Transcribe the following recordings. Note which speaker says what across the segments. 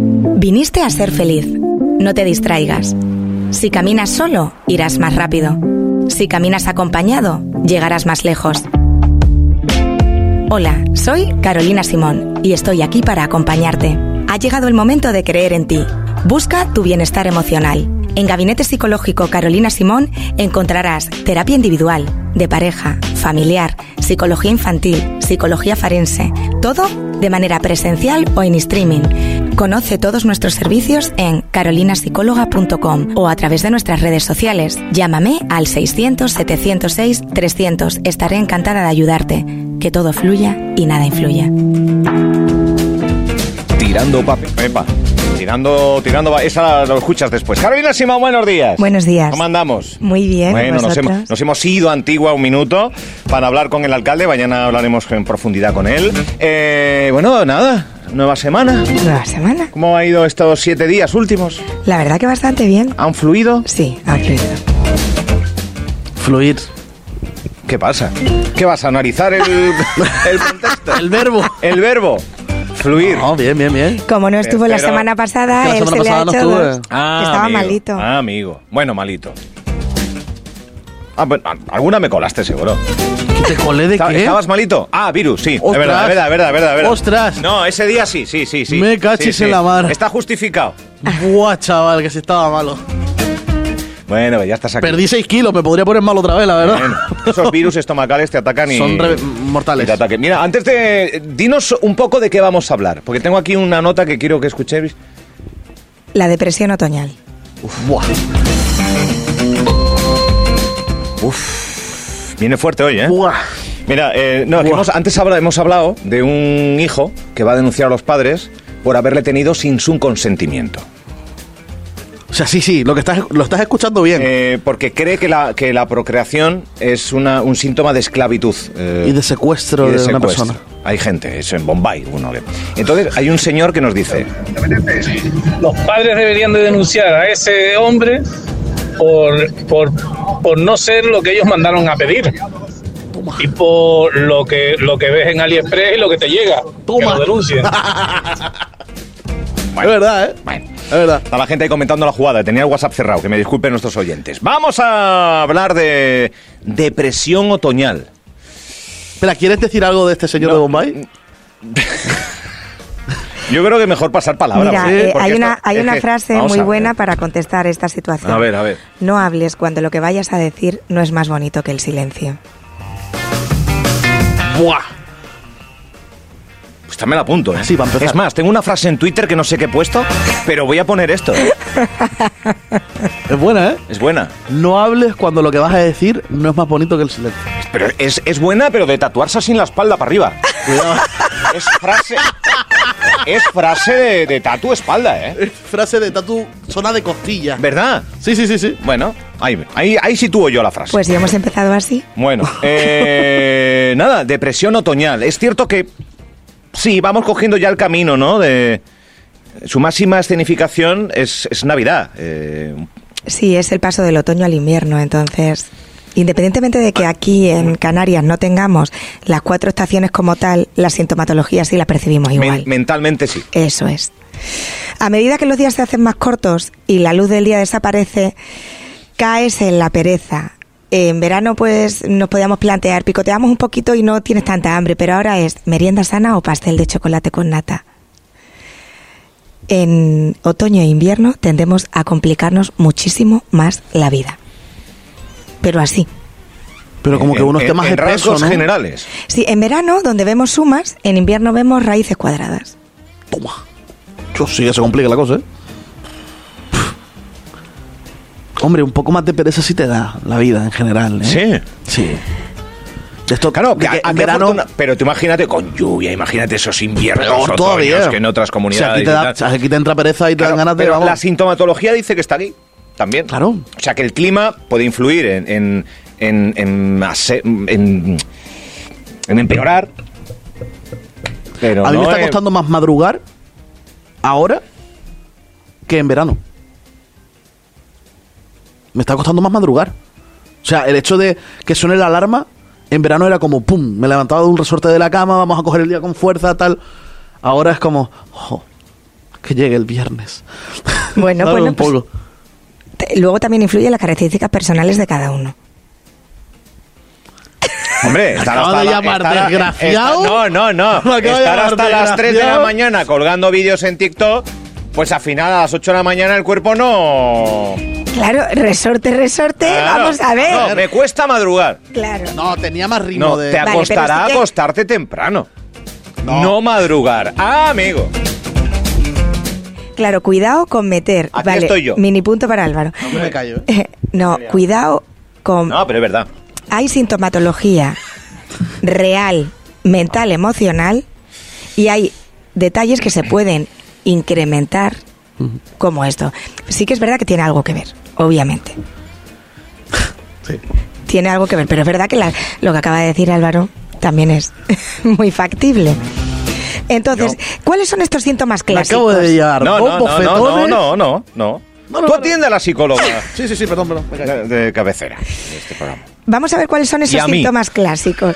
Speaker 1: Viniste a ser feliz. No te distraigas. Si caminas solo, irás más rápido. Si caminas acompañado, llegarás más lejos. Hola, soy Carolina Simón y estoy aquí para acompañarte. Ha llegado el momento de creer en ti. Busca tu bienestar emocional. En Gabinete Psicológico Carolina Simón encontrarás terapia individual, de pareja, familiar, psicología infantil, psicología farense, todo de manera presencial o en streaming. Conoce todos nuestros servicios en carolinasicóloga.com o a través de nuestras redes sociales. Llámame al 600-706-300. Estaré encantada de ayudarte. Que todo fluya y nada influya.
Speaker 2: Tirando papel. Epa. Tirando, tirando. va- Esa lo escuchas después. Carolina Simón, buenos días.
Speaker 1: Buenos días.
Speaker 2: ¿Cómo andamos?
Speaker 1: Muy bien.
Speaker 2: Bueno, nos
Speaker 1: ¿vosotros?
Speaker 2: hemos, nos hemos ido a Antigua un minuto para hablar con el alcalde. Mañana hablaremos en profundidad con él. Eh, bueno, nada, nueva semana.
Speaker 1: Nueva semana.
Speaker 2: ¿Cómo ha ido estos siete días últimos?
Speaker 1: La verdad que bastante bien.
Speaker 2: ¿Han fluido?
Speaker 1: Sí, ha fluido.
Speaker 3: Fluir.
Speaker 2: ¿Qué pasa? ¿Qué vas a analizar el, el contexto?
Speaker 3: El verbo.
Speaker 2: El verbo. Fluir.
Speaker 3: No, bien, bien, bien.
Speaker 1: Como no estuvo la
Speaker 2: Pero-
Speaker 1: semana pasada,
Speaker 3: La
Speaker 1: él
Speaker 3: semana
Speaker 1: se le ha
Speaker 3: pasada no
Speaker 1: hecho
Speaker 3: estuve.
Speaker 1: dos. Estaba
Speaker 2: Ah, amigo.
Speaker 1: malito.
Speaker 2: Ah, amigo. Bueno, malito. Ah, bueno, a- alguna me colaste, seguro.
Speaker 3: ¿Te colé de
Speaker 2: Esta-
Speaker 3: qué?
Speaker 2: ¿Estabas malito? Ah, virus, sí. Es
Speaker 3: Ostras.
Speaker 2: verdad, es verdad, es verdad, es verdad, es verdad.
Speaker 3: Ostras.
Speaker 2: No, ese día sí, sí, sí, sí.
Speaker 3: Me cachis en la mar.
Speaker 2: Está justificado.
Speaker 3: Buah, chaval, que si estaba malo.
Speaker 2: Bueno, ya estás aquí.
Speaker 3: Perdí 6 kilos, me podría poner mal otra vez, la verdad.
Speaker 2: Bueno, esos virus estomacales te atacan y...
Speaker 3: Son re-
Speaker 2: y
Speaker 3: mortales.
Speaker 2: te ataquen. Mira, antes de... Dinos un poco de qué vamos a hablar, porque tengo aquí una nota que quiero que escuchéis.
Speaker 1: La depresión otoñal.
Speaker 3: Buah.
Speaker 2: Viene fuerte hoy, ¿eh?
Speaker 3: Buah.
Speaker 2: Mira, eh, no, es que
Speaker 3: Buah.
Speaker 2: hemos- antes habla- hemos hablado de un hijo que va a denunciar a los padres por haberle tenido sin su consentimiento.
Speaker 3: O sea, sí, sí, lo, que estás, lo estás escuchando bien.
Speaker 2: Eh, porque cree que la, que la procreación es una- un síntoma de esclavitud. eh,
Speaker 3: y de secuestro
Speaker 2: y
Speaker 3: de, una
Speaker 2: secuestro.
Speaker 3: persona.
Speaker 2: Hay gente, eso en Bombay, uno le... Entonces, hay un señor que nos dice,
Speaker 4: los padres deberían de denunciar a ese hombre por, por, por no ser lo que ellos mandaron a pedir y por lo que lo que ves en AliExpress y lo que te llega. Que
Speaker 3: Toma.
Speaker 4: lo denuncien.
Speaker 2: Bueno.
Speaker 3: Es verdad, ¿eh?
Speaker 2: Bueno.
Speaker 3: Es verdad.
Speaker 2: Está la gente ahí comentando la jugada. Tenía el WhatsApp cerrado, que me disculpen nuestros oyentes. Vamos a hablar de depresión otoñal.
Speaker 3: Espera, ¿quieres decir algo de este señor de Bombay?
Speaker 2: Yo creo que mejor pasar palabra.
Speaker 1: Mira,
Speaker 2: porque-
Speaker 1: eh,
Speaker 2: porque
Speaker 1: hay
Speaker 2: esto-
Speaker 1: una, hay
Speaker 2: es
Speaker 1: una
Speaker 2: que-
Speaker 1: frase
Speaker 2: vamos
Speaker 1: muy
Speaker 2: a ver.
Speaker 1: buena para contestar esta situación.
Speaker 2: A ver, a ver.
Speaker 1: No hables cuando lo que vayas a decir no es más bonito que el silencio.
Speaker 3: Buah.
Speaker 2: Pues también la apunto, ¿eh?
Speaker 3: Sí, va a empezar.
Speaker 2: Es más, tengo una frase en Twitter que no sé qué he puesto, pero voy a poner esto.
Speaker 3: Es buena, ¿eh?
Speaker 2: Es buena.
Speaker 3: No hables cuando lo que vas a decir no es más bonito que el silencio.
Speaker 2: Pero es, es buena, pero de tatuarse así en la espalda para arriba. Es frase... Es frase de, de tatu espalda, ¿eh?
Speaker 3: Frase de tatu, zona de costilla.
Speaker 2: ¿Verdad?
Speaker 3: Sí, sí, sí, sí.
Speaker 2: Bueno, ahí, ahí, ahí sitúo yo la frase.
Speaker 1: Pues ya hemos empezado así.
Speaker 2: Bueno, eh, nada, depresión otoñal. Es cierto que sí, vamos cogiendo ya el camino, ¿no? De, su máxima escenificación es, es Navidad. eh,
Speaker 1: Sí, es el paso del otoño al invierno, entonces. Independientemente de que aquí en Canarias no tengamos las cuatro estaciones como tal, la sintomatología sí la percibimos
Speaker 2: men-
Speaker 1: igual.
Speaker 2: mentalmente sí.
Speaker 1: Eso es. A medida que los días se hacen más cortos y la luz del día desaparece, caes en la pereza. En verano pues nos podíamos plantear, picoteamos un poquito y no tienes tanta hambre, pero ahora es merienda sana o pastel de chocolate con nata. En otoño e invierno tendemos a complicarnos muchísimo más la vida. Pero así.
Speaker 3: Pero como que
Speaker 2: En-
Speaker 3: uno esté
Speaker 2: en-
Speaker 3: más
Speaker 2: en
Speaker 3: espeso,
Speaker 2: rasgos
Speaker 3: ¿no?
Speaker 2: generales.
Speaker 1: Sí, en verano donde vemos sumas, en invierno vemos raíces cuadradas.
Speaker 3: Toma. Yo sí que se complica la cosa, ¿eh? Hombre, un poco más de pereza sí te da la vida en general, ¿eh? Sí. De esto,
Speaker 2: Claro,
Speaker 3: de
Speaker 2: que a-
Speaker 3: en
Speaker 2: qué
Speaker 3: verano...
Speaker 2: fortuna- pero tú imagínate con lluvia, imagínate esos inviernos
Speaker 3: Peor
Speaker 2: otoños
Speaker 3: todavía.
Speaker 2: que en otras
Speaker 3: O sea,
Speaker 2: comunidades.
Speaker 3: aquí, te
Speaker 2: y
Speaker 3: da-
Speaker 2: tal.
Speaker 3: o sea, aquí te entra pereza y te
Speaker 2: Claro,
Speaker 3: dan ganas de...
Speaker 2: pero
Speaker 3: vamos.
Speaker 2: la sintomatología dice que está aquí también.
Speaker 3: Claro.
Speaker 2: O sea que el clima puede influir en en, en, en, ase- en- en empeorar. Pero
Speaker 3: a mí
Speaker 2: no eh,
Speaker 3: me está
Speaker 2: es-
Speaker 3: costando más madrugar ahora que en verano. Me está costando más madrugar. O sea, el hecho de que suene la alarma en verano era como pum, me levantaba de un resorte de la cama, vamos a coger el día con fuerza, tal. Ahora es como, jo, que llegue el viernes.
Speaker 1: Bueno,
Speaker 3: Dame
Speaker 1: bueno,
Speaker 3: un
Speaker 1: pues-
Speaker 3: poco.
Speaker 1: Te- Luego también influye las características personales de cada uno.
Speaker 2: Hombre, estar
Speaker 3: Acaba
Speaker 2: hasta
Speaker 3: de
Speaker 2: la-
Speaker 3: llamar
Speaker 2: estar-
Speaker 3: desgraciado.
Speaker 2: estar- no, no,
Speaker 3: Me
Speaker 2: no.
Speaker 3: acaba de
Speaker 2: Estar
Speaker 3: llamar
Speaker 2: hasta las 3 de la
Speaker 3: desgraciado.
Speaker 2: mañana colgando vídeos en TikTok, pues al final a las 8 de la mañana el cuerpo no.
Speaker 1: Claro, resorte, resorte,
Speaker 2: Claro.
Speaker 1: vamos a ver.
Speaker 2: No, me cuesta madrugar.
Speaker 1: Claro.
Speaker 3: No, tenía más ritmo
Speaker 2: No,
Speaker 3: de.
Speaker 2: te
Speaker 1: Vale, pero
Speaker 2: acostará
Speaker 1: es que-
Speaker 2: acostarte temprano.
Speaker 3: No.
Speaker 2: No. madrugar. Ah, amigo.
Speaker 1: Claro, cuidado con meter.
Speaker 2: Aquí
Speaker 1: vale,
Speaker 2: estoy yo.
Speaker 1: Mini punto para Álvaro.
Speaker 3: No me callo. ¿eh?
Speaker 1: Eh, no, cuidado con.
Speaker 2: No, pero es verdad.
Speaker 1: Hay sintomatología real, mental, emocional y hay detalles que se pueden incrementar como esto. Sí que es verdad que tiene algo que ver, obviamente.
Speaker 3: Sí.
Speaker 1: Tiene algo que ver, pero es verdad que la- lo que acaba de decir Álvaro también es muy factible. Entonces, ¿cuáles son estos síntomas
Speaker 3: Me
Speaker 1: clásicos?
Speaker 3: acabo de llevar
Speaker 2: No,
Speaker 3: dos
Speaker 2: no, no, no, no,
Speaker 3: bofetones.
Speaker 2: no, no, no.
Speaker 3: No, no,
Speaker 2: Tú
Speaker 3: no.
Speaker 2: atiende a la psicóloga
Speaker 3: Sí, sí, sí, perdón, perdón. me callo.
Speaker 2: de, de cabecera de este programa.
Speaker 1: Vamos a ver cuáles son
Speaker 2: Y
Speaker 1: esos
Speaker 2: a mí.
Speaker 1: síntomas clásicos.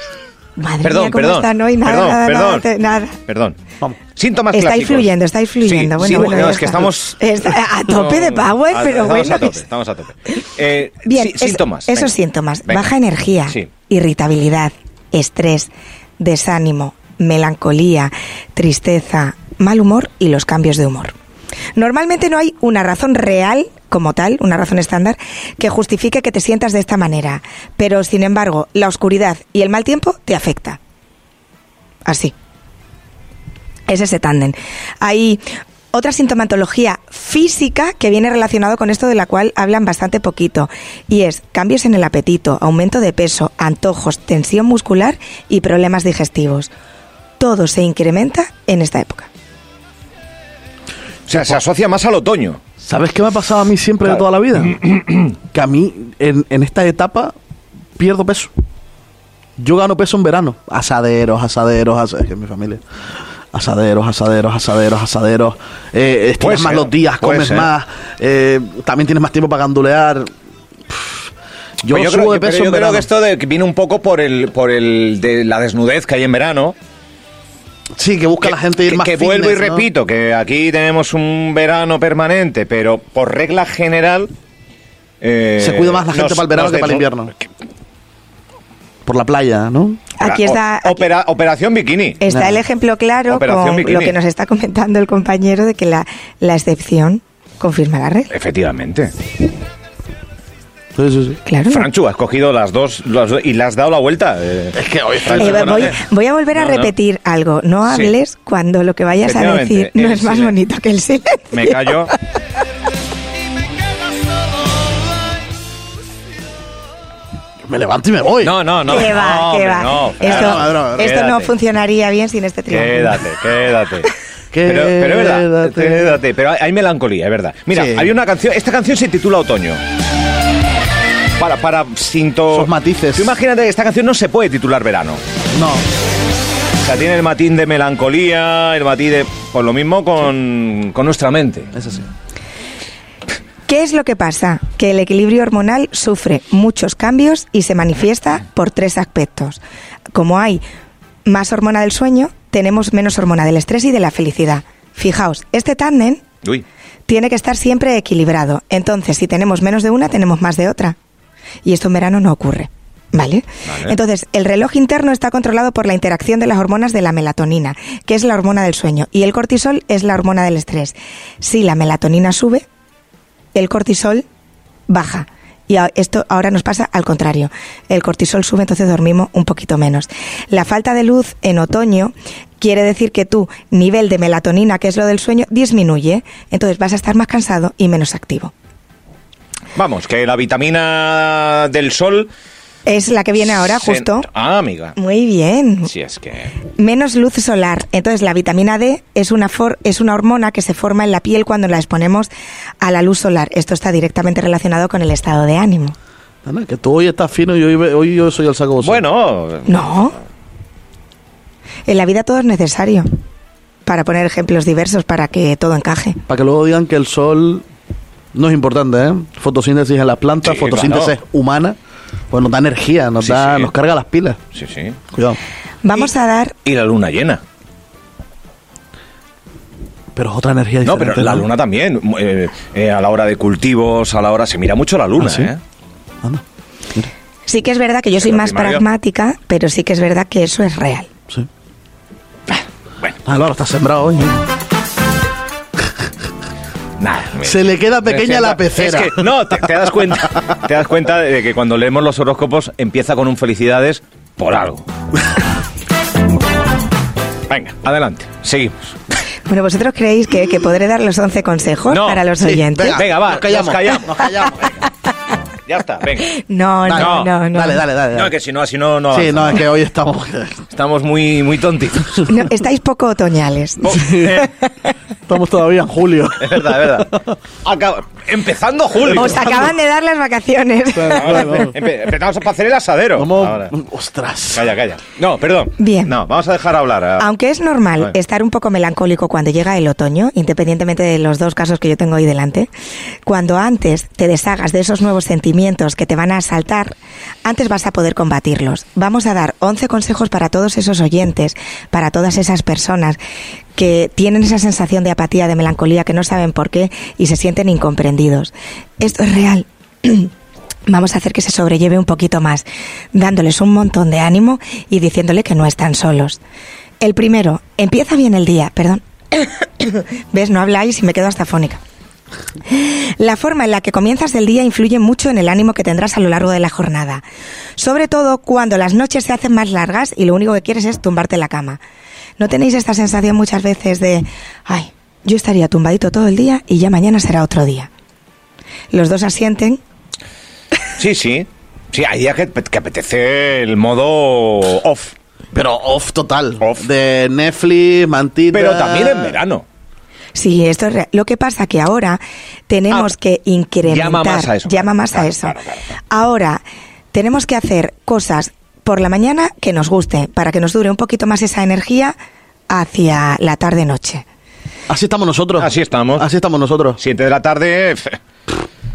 Speaker 1: Madre
Speaker 2: Perdón,
Speaker 1: mía, cómo
Speaker 2: perdón.
Speaker 1: están hoy, nada,
Speaker 2: perdón,
Speaker 1: nada,
Speaker 2: perdón.
Speaker 1: nada, nada.
Speaker 2: Perdón.
Speaker 3: Vamos.
Speaker 2: Síntomas
Speaker 1: Está
Speaker 2: clásicos.
Speaker 1: influyendo, está influyendo.
Speaker 2: Sí,
Speaker 1: Bueno,
Speaker 2: sí,
Speaker 1: bueno,
Speaker 2: no,
Speaker 1: ya
Speaker 2: es que
Speaker 1: está.
Speaker 2: estamos...
Speaker 1: Está a tope de power,
Speaker 2: A-
Speaker 1: pero
Speaker 2: estamos
Speaker 1: bueno,
Speaker 2: A tope,
Speaker 1: es-
Speaker 2: estamos a tope. Eh,
Speaker 1: Bien,
Speaker 2: sí,
Speaker 1: es-
Speaker 2: síntomas.
Speaker 1: Esos
Speaker 2: venga.
Speaker 1: síntomas.
Speaker 2: Venga.
Speaker 1: Baja energía,
Speaker 2: Sí.
Speaker 1: irritabilidad, estrés, desánimo, melancolía, tristeza, mal humor y los cambios de humor. Normalmente no hay una razón real como tal, una razón estándar, que justifique que te sientas de esta manera. Pero, sin embargo, la oscuridad y el mal tiempo te afecta. Así. Es ese tándem. Hay otra sintomatología física que viene relacionado con esto de la cual hablan bastante poquito y es cambios en el apetito, aumento de peso, antojos, tensión muscular y problemas digestivos. Todo se incrementa en esta época.
Speaker 2: O sea, se asocia más al otoño.
Speaker 3: ¿Sabes qué me ha pasado a mí siempre de
Speaker 2: Claro.
Speaker 3: toda la vida? que a mí, en, en esta etapa, pierdo peso. Yo gano peso en verano. Asaderos, asaderos, asaderos. Que es mi familia. Asaderos, asaderos, asaderos, asaderos. Eh, estiras
Speaker 2: Puede
Speaker 3: más
Speaker 2: ser,
Speaker 3: los días,
Speaker 2: puede
Speaker 3: comes
Speaker 2: ser.
Speaker 3: más. eh, también tienes más tiempo para gandulear. Pff, Yo,
Speaker 2: Pero
Speaker 3: subo
Speaker 2: creo,
Speaker 3: de
Speaker 2: pero
Speaker 3: peso
Speaker 2: Pues yo creo
Speaker 3: en verano.
Speaker 2: que esto de- que viene un poco por el por el de la desnudez que hay en verano.
Speaker 3: sí, que busca la gente ir
Speaker 2: que-
Speaker 3: más
Speaker 2: que vuelvo y
Speaker 3: fitness, ¿no?
Speaker 2: repito que aquí tenemos un verano permanente, pero por regla general eh,
Speaker 3: Se cuida más la gente
Speaker 2: nos-
Speaker 3: para el verano
Speaker 2: nos
Speaker 3: que para el
Speaker 2: desnu-
Speaker 3: invierno. Por la playa, ¿no?
Speaker 1: Aquí
Speaker 2: O-
Speaker 1: está, aquí Eh.
Speaker 2: opera- operación bikini.
Speaker 1: está
Speaker 3: Nada.
Speaker 1: el ejemplo claro con
Speaker 2: Operación Bikini.
Speaker 1: lo que nos está comentando el compañero de que la, la excepción confirma la regla.
Speaker 2: Efectivamente.
Speaker 3: Sí, sí, sí.
Speaker 1: Claro.
Speaker 2: Franchu, has cogido las dos las dos- y le has dado la vuelta. eh.
Speaker 3: Es que hoy está
Speaker 1: Eh,
Speaker 3: el
Speaker 1: voy, voy a volver a
Speaker 2: No, no.
Speaker 1: repetir algo. No
Speaker 2: Sí.
Speaker 1: hables cuando lo que vayas a
Speaker 2: Efectivamente,
Speaker 1: decir no
Speaker 2: el
Speaker 1: es más
Speaker 2: silencio.
Speaker 1: bonito que el silencio.
Speaker 2: Me callo.
Speaker 3: Me levanto y me voy.
Speaker 2: No, no, no.
Speaker 1: que va,
Speaker 2: no,
Speaker 1: que
Speaker 2: hombre,
Speaker 1: va.
Speaker 2: no,
Speaker 1: esto
Speaker 2: Fran,
Speaker 3: no, no, no.
Speaker 1: esto no
Speaker 2: quédate.
Speaker 1: funcionaría bien sin este triángulo.
Speaker 2: Quédate, quédate. Pero, pero es verdad,
Speaker 3: Quédate.
Speaker 2: quédate. Pero hay, hay melancolía, es verdad. Mira,
Speaker 3: Sí.
Speaker 2: hay una canción, esta canción se titula Otoño. Para, para, sinto...
Speaker 3: Esos matices.
Speaker 2: Tú imagínate que esta canción no se puede titular verano.
Speaker 3: No.
Speaker 2: O sea, tiene el matín de melancolía, el matiz de... Por lo mismo con, con nuestra mente.
Speaker 3: Es así.
Speaker 1: ¿Qué es lo que pasa? Que el equilibrio hormonal sufre muchos cambios y se manifiesta por tres aspectos. Como hay más hormona del sueño, tenemos menos hormona del estrés y de la felicidad. Fijaos, este tándem
Speaker 2: Uy.
Speaker 1: tiene que estar siempre equilibrado. Entonces, si tenemos menos de una, tenemos más de otra. Y esto en verano no ocurre. ¿Vale?
Speaker 2: Vale.
Speaker 1: Entonces, el reloj interno está controlado por la interacción de las hormonas de la melatonina, que es la hormona del sueño, y el cortisol es la hormona del estrés. Si la melatonina sube, el cortisol baja. Y a- esto ahora nos pasa al contrario. El cortisol sube, entonces dormimos un poquito menos. La falta de luz en otoño quiere decir que tu nivel de melatonina, que es lo del sueño, disminuye. Entonces vas a estar más cansado y menos activo.
Speaker 2: Vamos, que la vitamina del sol...
Speaker 1: Es la que viene ahora,
Speaker 2: se-
Speaker 1: justo.
Speaker 2: Ah, amiga.
Speaker 1: Muy bien.
Speaker 2: Si es que...
Speaker 1: Menos luz solar. Entonces, la vitamina D es una, for- es una hormona que se forma en la piel cuando la exponemos a la luz solar. Esto está directamente relacionado con el estado de ánimo.
Speaker 3: Ana, Ah, que tú hoy estás fino y hoy, ve- hoy yo soy el saco bolsa.
Speaker 2: Bueno,
Speaker 1: No. En la vida todo es necesario. Para poner ejemplos diversos, para que todo encaje.
Speaker 3: Para que luego digan que el sol no es importante, ¿eh? Fotosíntesis en las plantas,
Speaker 2: Sí,
Speaker 3: fotosíntesis
Speaker 2: claro.
Speaker 3: humana, pues nos da energía, nos,
Speaker 2: Sí,
Speaker 3: da,
Speaker 2: sí.
Speaker 3: nos carga las pilas.
Speaker 2: sí, sí.
Speaker 3: Cuidado.
Speaker 1: Vamos a dar
Speaker 2: Y la luna llena.
Speaker 3: Pero es otra energía
Speaker 2: No,
Speaker 3: diferente.
Speaker 2: pero la luna también. eh, eh, a la hora de cultivos, a la hora. Se mira mucho la luna,
Speaker 3: ¿Ah, sí?
Speaker 2: ¿eh?
Speaker 3: Anda,
Speaker 1: Sí que es verdad que yo soy
Speaker 2: Pero
Speaker 1: más
Speaker 2: primario.
Speaker 1: pragmática, pero sí que es verdad que eso es real.
Speaker 3: sí.
Speaker 2: Bueno.
Speaker 3: Ah, Laura, está sembrado hoy. ¿eh?
Speaker 2: Nada, mira.
Speaker 3: Se le queda pequeña
Speaker 2: Es que-
Speaker 3: la pecera.
Speaker 2: es que- no, te, te das cuenta. Te das cuenta de que cuando leemos los horóscopos empieza con un felicidades por algo. Venga, adelante. Seguimos.
Speaker 1: Bueno, ¿vosotros creéis que, que podré dar los 11 consejos
Speaker 2: No,
Speaker 1: para los
Speaker 2: sí,
Speaker 1: oyentes?
Speaker 2: venga. va,
Speaker 3: nos callamos.
Speaker 2: nos callamos.
Speaker 3: Nos callamos.
Speaker 2: Ya está, venga.
Speaker 1: No,
Speaker 3: Dale,
Speaker 1: no, no, no.
Speaker 3: Dale, dale, dale.
Speaker 2: No,
Speaker 3: dale.
Speaker 2: que si no, así no, no
Speaker 3: sí,
Speaker 2: avanza.
Speaker 3: no, es que hoy estamos.
Speaker 2: Estamos muy, muy tontitos.
Speaker 1: No, estáis poco otoñales.
Speaker 2: Oh, eh,
Speaker 3: Estamos todavía en julio.
Speaker 2: es verdad, es verdad. Acaba- empezando julio.
Speaker 1: Os acaban de dar las vacaciones.
Speaker 2: Ahora,
Speaker 3: Bueno,
Speaker 2: empe- empezamos a hacer el asadero.
Speaker 3: vamos-
Speaker 2: Ahora.
Speaker 3: Ostras.
Speaker 2: Calla, calla. No, perdón.
Speaker 1: Bien.
Speaker 2: No, vamos a dejar hablar. a-
Speaker 1: Aunque es normal
Speaker 2: Vale.
Speaker 1: estar un poco melancólico cuando llega el otoño, independientemente de los dos casos que yo tengo hoy delante, cuando antes te deshagas de esos nuevos sentimientos que te van a asaltar, antes vas a poder combatirlos. Vamos a dar 11 consejos para todos esos oyentes, para todas esas personas que tienen esa sensación de apatía, de melancolía, que no saben por qué y se sienten incomprendidos. Esto es real. Vamos a hacer que se sobrelleve un poquito más, dándoles un montón de ánimo y diciéndole que no están solos. El primero, empieza bien el día, perdón. ¿Ves? No habláis y me quedo hasta fónica. La forma en la que comienzas el día influye mucho en el ánimo que tendrás a lo largo de la jornada, sobre todo cuando las noches se hacen más largas y lo único que quieres es tumbarte en la cama. ¿No tenéis esta sensación muchas veces de, ay, yo estaría tumbadito todo el día y ya mañana será otro día? Los dos asienten
Speaker 2: Sí, sí. Sí, hay días que, que apetece el modo off.
Speaker 3: Pero off total.
Speaker 2: Off.
Speaker 3: De Netflix, mantita.
Speaker 2: Pero también en verano.
Speaker 1: Sí, esto es real. Lo que pasa que ahora tenemos
Speaker 2: Ah,
Speaker 1: que incrementar.
Speaker 2: llama más a eso.
Speaker 1: Llama más
Speaker 2: Claro,
Speaker 1: a eso.
Speaker 2: claro, claro, claro.
Speaker 1: Ahora tenemos que hacer cosas por la mañana que nos guste, para que nos dure un poquito más esa energía hacia la tarde-noche.
Speaker 3: Así estamos nosotros.
Speaker 2: Así estamos.
Speaker 3: Así estamos nosotros.
Speaker 2: Siete de la tarde. f-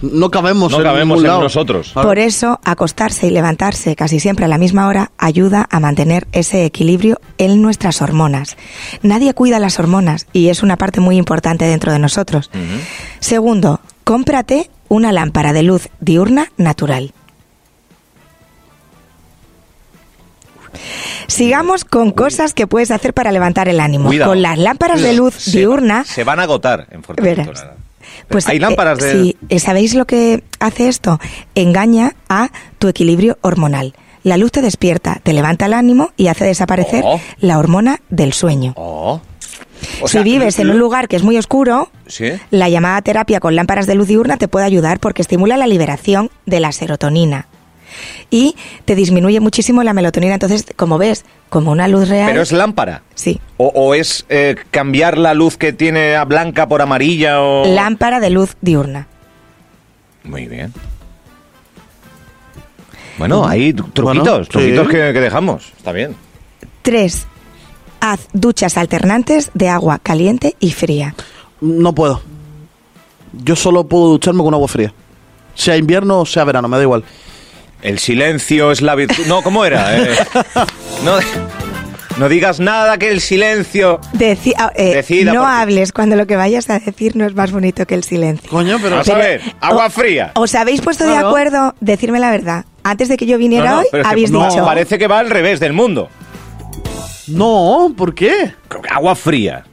Speaker 3: No cabemos
Speaker 2: No
Speaker 3: en
Speaker 2: cabemos
Speaker 3: ningún
Speaker 2: en
Speaker 3: lado.
Speaker 2: nosotros.
Speaker 3: Ahora-
Speaker 1: Por eso, acostarse y levantarse casi siempre a la misma hora ayuda a mantener ese equilibrio en nuestras hormonas. Nadie cuida las hormonas y es una parte muy importante dentro de nosotros. Segundo, cómprate una lámpara de luz diurna natural. Sigamos con cosas que puedes hacer para levantar el ánimo.
Speaker 2: Cuidado.
Speaker 1: Con las lámparas de luz
Speaker 2: Se-
Speaker 1: diurna
Speaker 2: Se van a agotar en Fuerteventura.
Speaker 1: Verás. Pues,
Speaker 2: Hay
Speaker 1: eh,
Speaker 2: lámparas de-
Speaker 1: Sí, eh, ¿sabéis lo que hace esto? Engaña a tu equilibrio hormonal. La luz te despierta, te levanta el ánimo y hace desaparecer
Speaker 2: Oh.
Speaker 1: la hormona del sueño.
Speaker 2: Oh. O sea,
Speaker 1: si vives en un lugar que es muy oscuro,
Speaker 2: Sí.
Speaker 1: la llamada terapia con lámparas de luz diurna te puede ayudar porque estimula la liberación de la serotonina y te disminuye muchísimo la melatonina. Entonces, como ves, como una luz real.
Speaker 2: Pero es lámpara.
Speaker 1: Sí.
Speaker 2: O, o es eh, cambiar la luz que tiene a blanca por amarilla o.
Speaker 1: Lámpara de luz diurna.
Speaker 2: Muy bien. Bueno, hay tru- truquitos,
Speaker 3: Bueno, sí.
Speaker 2: truquitos que, que dejamos. Está bien.
Speaker 1: 3. Haz duchas alternantes de agua caliente y fría.
Speaker 3: No puedo. Yo solo puedo ducharme con agua fría. Sea invierno o sea verano, me da igual.
Speaker 2: El silencio es la virtud. No, ¿cómo era? Eh, no, no digas nada que el silencio.
Speaker 1: Deci- ah, eh,
Speaker 2: Decida,
Speaker 1: no
Speaker 2: porque-
Speaker 1: hables cuando lo que vayas a decir no es más bonito que el silencio.
Speaker 3: Coño, pero.
Speaker 2: Vamos a ver, agua
Speaker 1: o-
Speaker 2: fría.
Speaker 1: ¿Os habéis puesto de
Speaker 3: Claro.
Speaker 1: acuerdo? Decirme la verdad. Antes de que yo
Speaker 2: No,
Speaker 1: viniera
Speaker 2: no,
Speaker 1: hoy,
Speaker 2: pero es que
Speaker 1: habéis
Speaker 2: no,
Speaker 1: dicho.
Speaker 2: Parece que va al revés del mundo.
Speaker 3: No, ¿por qué?
Speaker 2: Agua fría.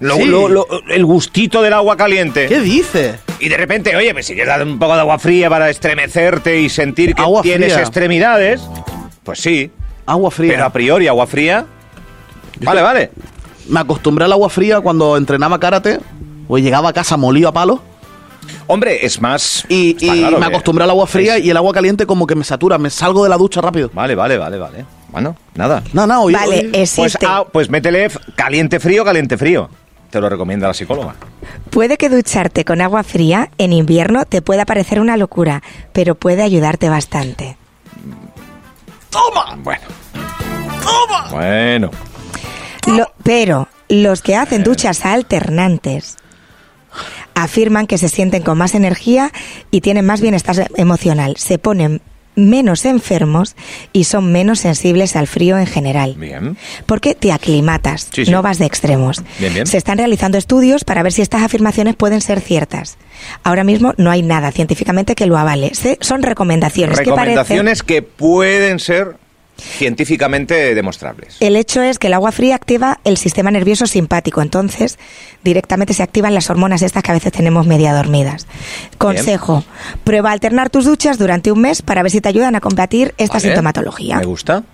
Speaker 2: Lo-
Speaker 3: Sí.
Speaker 2: lo- lo- el gustito del agua caliente.
Speaker 3: ¿Qué dices?
Speaker 2: Y de repente, oye, pues si quieres dar un poco de agua fría para estremecerte y sentir que
Speaker 3: Agua
Speaker 2: tienes
Speaker 3: fría.
Speaker 2: extremidades, pues sí.
Speaker 3: Agua fría.
Speaker 2: Pero a priori, agua fría. Vale, vale.
Speaker 3: Me acostumbré al agua fría cuando entrenaba karate o llegaba a casa molido a palo
Speaker 2: Hombre, es más.
Speaker 3: y,
Speaker 2: está
Speaker 3: y
Speaker 2: claro
Speaker 3: me
Speaker 2: que-
Speaker 3: acostumbré al agua fría
Speaker 2: es-
Speaker 3: y el agua caliente como que me satura, me salgo de la ducha rápido.
Speaker 2: Vale, vale, vale, vale. Bueno, nada.
Speaker 3: No, no, hoy,
Speaker 1: Vale,
Speaker 3: hoy-
Speaker 2: Pues,
Speaker 1: existe.
Speaker 3: este.
Speaker 2: ah, pues métele f- caliente frío, caliente frío. Te lo recomienda la psicóloga.
Speaker 1: Puede que ducharte con agua fría en invierno te pueda parecer una locura, pero puede ayudarte bastante.
Speaker 2: ¡Toma! Ah, Bueno. ¡Toma! Bueno.
Speaker 1: Lo- pero los que hacen duchas alternantes afirman que se sienten con más energía y tienen más bienestar emocional. Se ponen menos enfermos y son menos sensibles al frío en general.
Speaker 2: Bien.
Speaker 1: Porque te aclimatas,
Speaker 2: Sí, sí.
Speaker 1: no vas de extremos.
Speaker 2: Bien, bien.
Speaker 1: Se están realizando estudios para ver si estas afirmaciones pueden ser ciertas. Ahora mismo no hay nada científicamente que lo avale. Se- son recomendaciones. que parecen-
Speaker 2: Recomendaciones que pueden ser científicamente demostrables.
Speaker 1: El hecho es que el agua fría activa el sistema nervioso simpático, entonces directamente se activan las hormonas estas que a veces tenemos media dormidas. Consejo, prueba a alternar tus duchas durante un mes para ver si te ayudan a combatir esta
Speaker 2: Vale.
Speaker 1: sintomatología.
Speaker 2: Me gusta.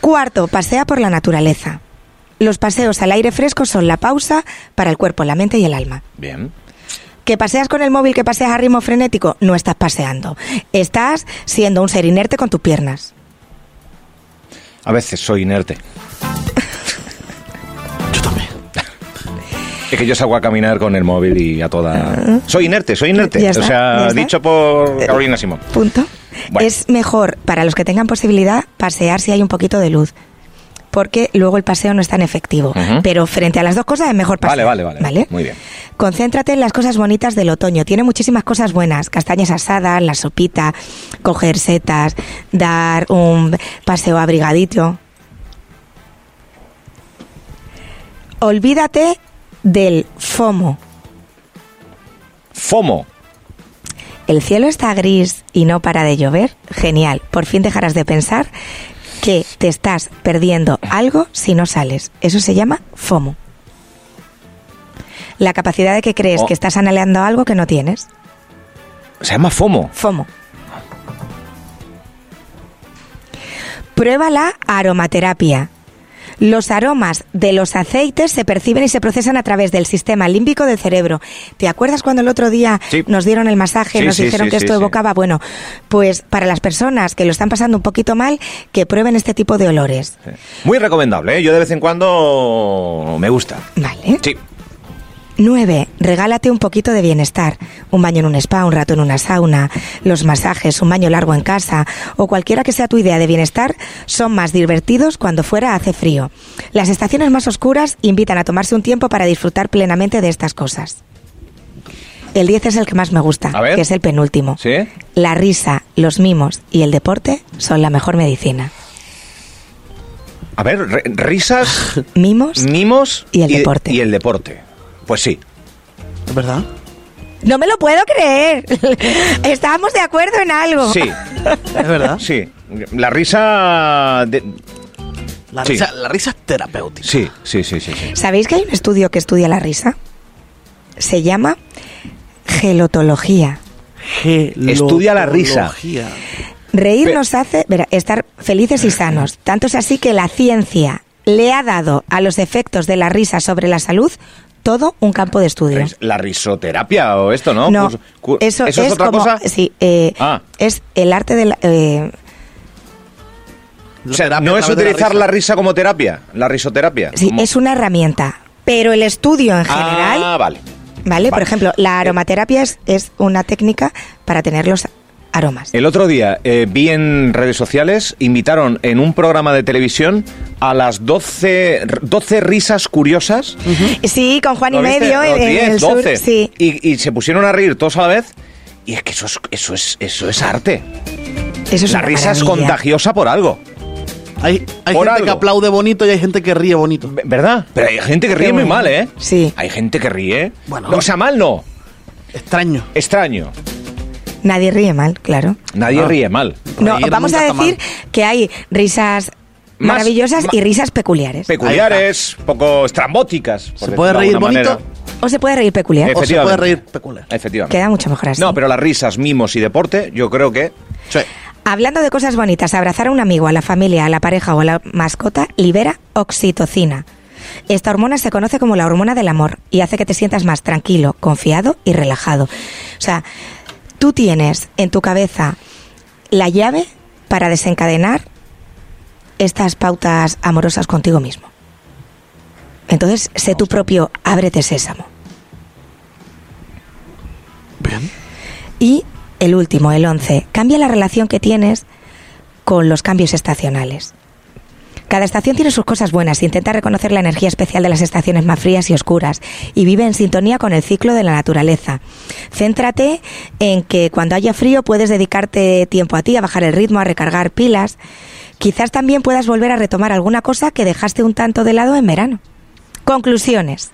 Speaker 1: Cuarto, pasea por la naturaleza. Los paseos al aire fresco son la pausa para el cuerpo, la mente y el alma.
Speaker 2: Bien.
Speaker 1: Que paseas con el móvil, que paseas a ritmo frenético, no estás paseando. Estás siendo un ser inerte con tus piernas.
Speaker 2: A veces soy inerte.
Speaker 3: Yo también.
Speaker 2: Es que yo salgo a caminar con el móvil y a toda... Soy inerte, soy inerte.
Speaker 1: Ya está, ya
Speaker 2: o sea,
Speaker 1: está.
Speaker 2: dicho por Carolina Simón.
Speaker 1: Punto.
Speaker 2: Bueno.
Speaker 1: Es mejor para los que tengan posibilidad pasear si hay un poquito de luz. Porque luego el paseo no es tan efectivo.
Speaker 2: Ujú.
Speaker 1: Pero frente a las dos cosas es mejor
Speaker 2: Vale,
Speaker 1: pasear.
Speaker 2: vale, vale. Muy bien.
Speaker 1: Concéntrate en las cosas bonitas del otoño. Tiene muchísimas cosas buenas. Castañas asadas, la sopita, coger setas, dar un paseo abrigadito. Olvídate del FOMO.
Speaker 2: FOMO.
Speaker 1: El cielo está gris y no para de llover. Genial. Por fin dejarás de pensar que te estás perdiendo algo si no sales. Eso se llama FOMO. La capacidad de que crees
Speaker 2: Oh.
Speaker 1: que estás anhelando algo que no tienes.
Speaker 2: Se llama FOMO.
Speaker 1: FOMO. Prueba la aromaterapia. Los aromas de los aceites se perciben y se procesan a través del sistema límbico del cerebro. ¿Te acuerdas cuando el otro día
Speaker 2: Sí.
Speaker 1: nos dieron el masaje,
Speaker 2: Sí,
Speaker 1: nos
Speaker 2: sí,
Speaker 1: dijeron
Speaker 2: sí,
Speaker 1: que
Speaker 2: sí,
Speaker 1: esto
Speaker 2: sí.
Speaker 1: evocaba? Bueno, pues para las personas que lo están pasando un poquito mal, que prueben este tipo de olores.
Speaker 2: Muy recomendable, ¿eh? Yo de vez en cuando me gusta.
Speaker 1: ¿Vale?
Speaker 2: Sí.
Speaker 1: 9. Regálate un poquito de bienestar. Un baño en un spa, un rato en una sauna, los masajes, un baño largo en casa o cualquiera que sea tu idea de bienestar son más divertidos cuando fuera hace frío. Las estaciones más oscuras invitan a tomarse un tiempo para disfrutar plenamente de estas cosas. El 10 es el que más me gusta,
Speaker 2: A ver.
Speaker 1: que es el penúltimo.
Speaker 2: ¿Sí?
Speaker 1: La risa, los mimos y el deporte son la mejor medicina.
Speaker 2: A ver, re- risas,
Speaker 1: Mimos.
Speaker 2: mimos
Speaker 1: Y el deporte.
Speaker 2: Y el deporte. Pues sí.
Speaker 3: ¿Es verdad?
Speaker 1: No me lo puedo creer. Estábamos de acuerdo en algo.
Speaker 2: Sí,
Speaker 3: ¿Es verdad?
Speaker 2: sí. La risa... de-
Speaker 3: La,
Speaker 2: Sí.
Speaker 3: risa, la risa es terapéutica.
Speaker 2: Sí, sí, sí, sí, sí.
Speaker 1: ¿Sabéis que hay un estudio que estudia la risa? Se llama gelotología.
Speaker 2: Estudia la risa.
Speaker 3: Gelotología.
Speaker 1: Reír nos hace verá, estar felices y sanos. Tanto es así que la ciencia le ha dado a los efectos de la risa sobre la salud todo un campo de estudio.
Speaker 2: Ris- La risoterapia o esto, ¿no?
Speaker 1: No,
Speaker 2: Curso- cu-
Speaker 1: eso, es,
Speaker 2: otra
Speaker 1: como-
Speaker 2: cosa?
Speaker 1: Sí, eh,
Speaker 2: Ah.
Speaker 1: es el arte de la... eh,
Speaker 2: O sea,
Speaker 3: Terapia
Speaker 2: no
Speaker 3: a
Speaker 2: es
Speaker 3: través de
Speaker 2: utilizar la risa. como terapia, la risoterapia.
Speaker 1: sí,
Speaker 2: como-
Speaker 1: es una herramienta. Pero el estudio en general,
Speaker 2: Ah, vale.
Speaker 1: ¿vale? Por
Speaker 2: vale. Eh,
Speaker 1: ejemplo, la aromaterapia es, es una técnica para tener los aromas.
Speaker 2: El otro día eh, vi en redes sociales, invitaron en un programa de televisión a las 12, 12 risas curiosas.
Speaker 1: Sí, con Juan y
Speaker 2: ¿Lo viste?
Speaker 1: medio
Speaker 2: O
Speaker 1: en, en
Speaker 2: 10,
Speaker 1: el sur.
Speaker 2: 12.
Speaker 1: Sí.
Speaker 2: Y, y se pusieron a reír todos a la vez. Y es que eso es, eso es, eso es arte.
Speaker 1: Eso es
Speaker 2: la
Speaker 1: una
Speaker 2: risa es
Speaker 1: maravilla.
Speaker 2: contagiosa por algo.
Speaker 3: Hay, hay
Speaker 2: Por
Speaker 3: gente que
Speaker 2: algo.
Speaker 3: aplaude bonito y hay gente que ríe bonito.
Speaker 2: Ve- ¿Verdad? Pero hay gente que ríe muy
Speaker 1: bueno.
Speaker 2: mal, ¿eh?
Speaker 1: Sí.
Speaker 2: Hay gente que ríe.
Speaker 3: Bueno.
Speaker 2: No, o sea, mal no.
Speaker 3: Extraño.
Speaker 2: Extraño.
Speaker 1: Nadie ríe mal, claro.
Speaker 2: Nadie
Speaker 3: Ah.
Speaker 2: ríe mal.
Speaker 1: No,
Speaker 3: Reír
Speaker 1: vamos a
Speaker 3: nunca está mal.
Speaker 1: decir que hay risas
Speaker 2: Más-
Speaker 1: maravillosas
Speaker 2: ma-
Speaker 1: y risas peculiares.
Speaker 2: Peculiares, poco estrambóticas. por
Speaker 3: ¿Se puede
Speaker 2: decirlo de
Speaker 3: reír
Speaker 2: alguna
Speaker 3: bonito?
Speaker 2: manera.
Speaker 1: o se puede reír peculiar.
Speaker 3: O se
Speaker 2: Efectivamente.
Speaker 3: puede reír peculiar.
Speaker 2: Efectivamente.
Speaker 1: Queda mucho mejor así.
Speaker 2: No, pero las risas, mimos y deporte, yo creo que.
Speaker 3: Sí.
Speaker 1: Hablando de cosas bonitas, abrazar a un amigo, a la familia, a la pareja o a la mascota libera oxitocina. Esta hormona se conoce como la hormona del amor y hace que te sientas más tranquilo, confiado y relajado. O sea, tú tienes en tu cabeza la llave para desencadenar estas pautas amorosas contigo mismo. Entonces, sé tu propio ábrete sésamo.
Speaker 3: Bien.
Speaker 1: Y el último, el 11, cambia la relación que tienes con los cambios estacionales. Cada estación tiene sus cosas buenas, intenta reconocer la energía especial de las estaciones más frías y oscuras y vive en sintonía con el ciclo de la naturaleza. Céntrate en que cuando haya frío puedes dedicarte tiempo a ti, a bajar el ritmo, a recargar pilas. Quizás también puedas volver a retomar alguna cosa que dejaste un tanto de lado en verano. Conclusiones.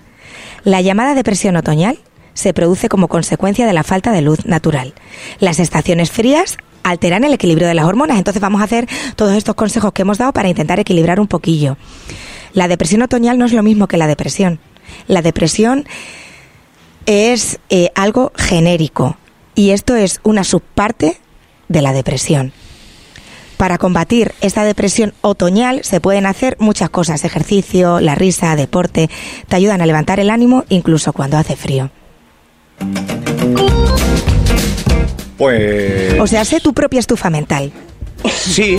Speaker 1: La llamada depresión otoñal se produce como consecuencia de la falta de luz natural. Las estaciones frías alteran el equilibrio de las hormonas, entonces vamos a hacer todos estos consejos que hemos dado para intentar equilibrar un poquillo. La depresión otoñal no es lo mismo que la depresión. La depresión es eh, algo genérico y esto es una subparte de la depresión. Para combatir esta depresión otoñal se pueden hacer muchas cosas, ejercicio, la risa, deporte, te ayudan a levantar el ánimo incluso cuando hace frío.
Speaker 2: Pues.
Speaker 1: O sea, sé tu propia estufa mental.
Speaker 2: Sí.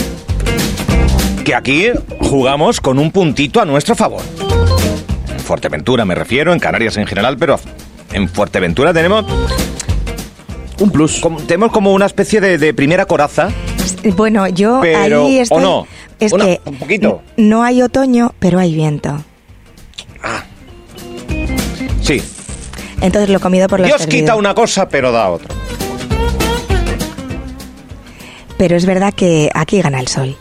Speaker 2: Que aquí jugamos con un puntito a nuestro favor. En Fuerteventura me refiero, en Canarias en general, pero en Fuerteventura tenemos.
Speaker 3: Un plus.
Speaker 2: como- tenemos como una especie de, de primera coraza.
Speaker 1: Bueno, yo
Speaker 2: Pero,
Speaker 1: ahí
Speaker 2: ¿o
Speaker 1: estoy-
Speaker 2: no?
Speaker 1: Es
Speaker 2: Una-
Speaker 1: que
Speaker 2: un poquito.
Speaker 1: n- no hay otoño, pero hay viento.
Speaker 2: Sí.
Speaker 1: Entonces lo comido por los
Speaker 2: Dios
Speaker 1: perdidos.
Speaker 2: quita una cosa, pero da otra.
Speaker 1: Pero es verdad que aquí gana el sol.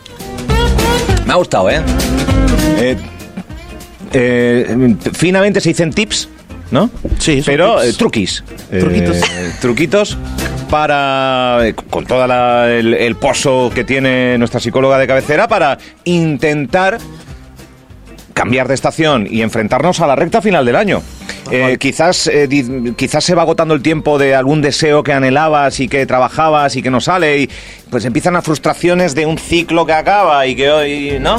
Speaker 2: Me ha gustado, ¿eh? eh, eh, finamente se dicen tips, ¿no?
Speaker 3: Sí, son
Speaker 2: Pero eh,
Speaker 3: tips.
Speaker 2: truquis. Eh,
Speaker 3: Truquitos.
Speaker 2: truquitos para, eh, con todo el, el pozo que tiene nuestra psicóloga de cabecera, para intentar cambiar de estación y enfrentarnos a la recta final del año. Eh, quizás, eh, di- quizás se va agotando el tiempo de algún deseo que anhelabas y que trabajabas y que no sale y pues empiezan las frustraciones de un ciclo que acaba y que hoy, ¿no?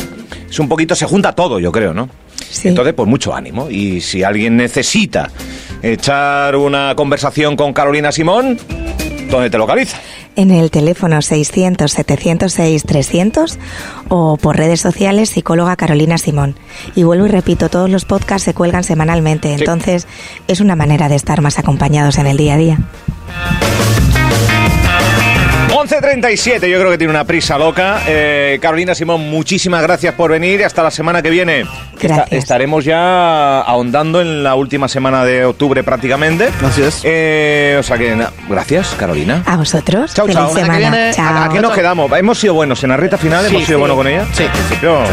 Speaker 2: Es un poquito, se junta todo, yo creo, ¿no?
Speaker 1: Sí.
Speaker 2: Entonces, pues mucho ánimo. Y si alguien necesita echar una conversación con Carolina Simón, ¿dónde te localiza?
Speaker 1: En el teléfono 600-706-300 o por redes sociales psicóloga Carolina Simón. Y vuelvo y repito, todos los podcasts se cuelgan semanalmente, entonces es una manera de estar más acompañados en el día a día.
Speaker 2: 11.37, yo creo que tiene una prisa loca. Eh, Carolina Simón, muchísimas gracias por venir y hasta la semana que viene.
Speaker 1: Gracias.
Speaker 2: estaremos ya ahondando en la última semana de octubre prácticamente.
Speaker 3: Así es.
Speaker 2: Eh, o sea que, na- gracias, Carolina.
Speaker 1: A vosotros,
Speaker 2: Chao,
Speaker 1: Ah, feliz
Speaker 2: chao. Hasta que
Speaker 1: semana.
Speaker 3: viene.
Speaker 1: Chao.
Speaker 2: Aquí nos quedamos. Hemos sido buenos en la recta final, hemos sido buenos con ella.
Speaker 3: Sí.
Speaker 2: Pero-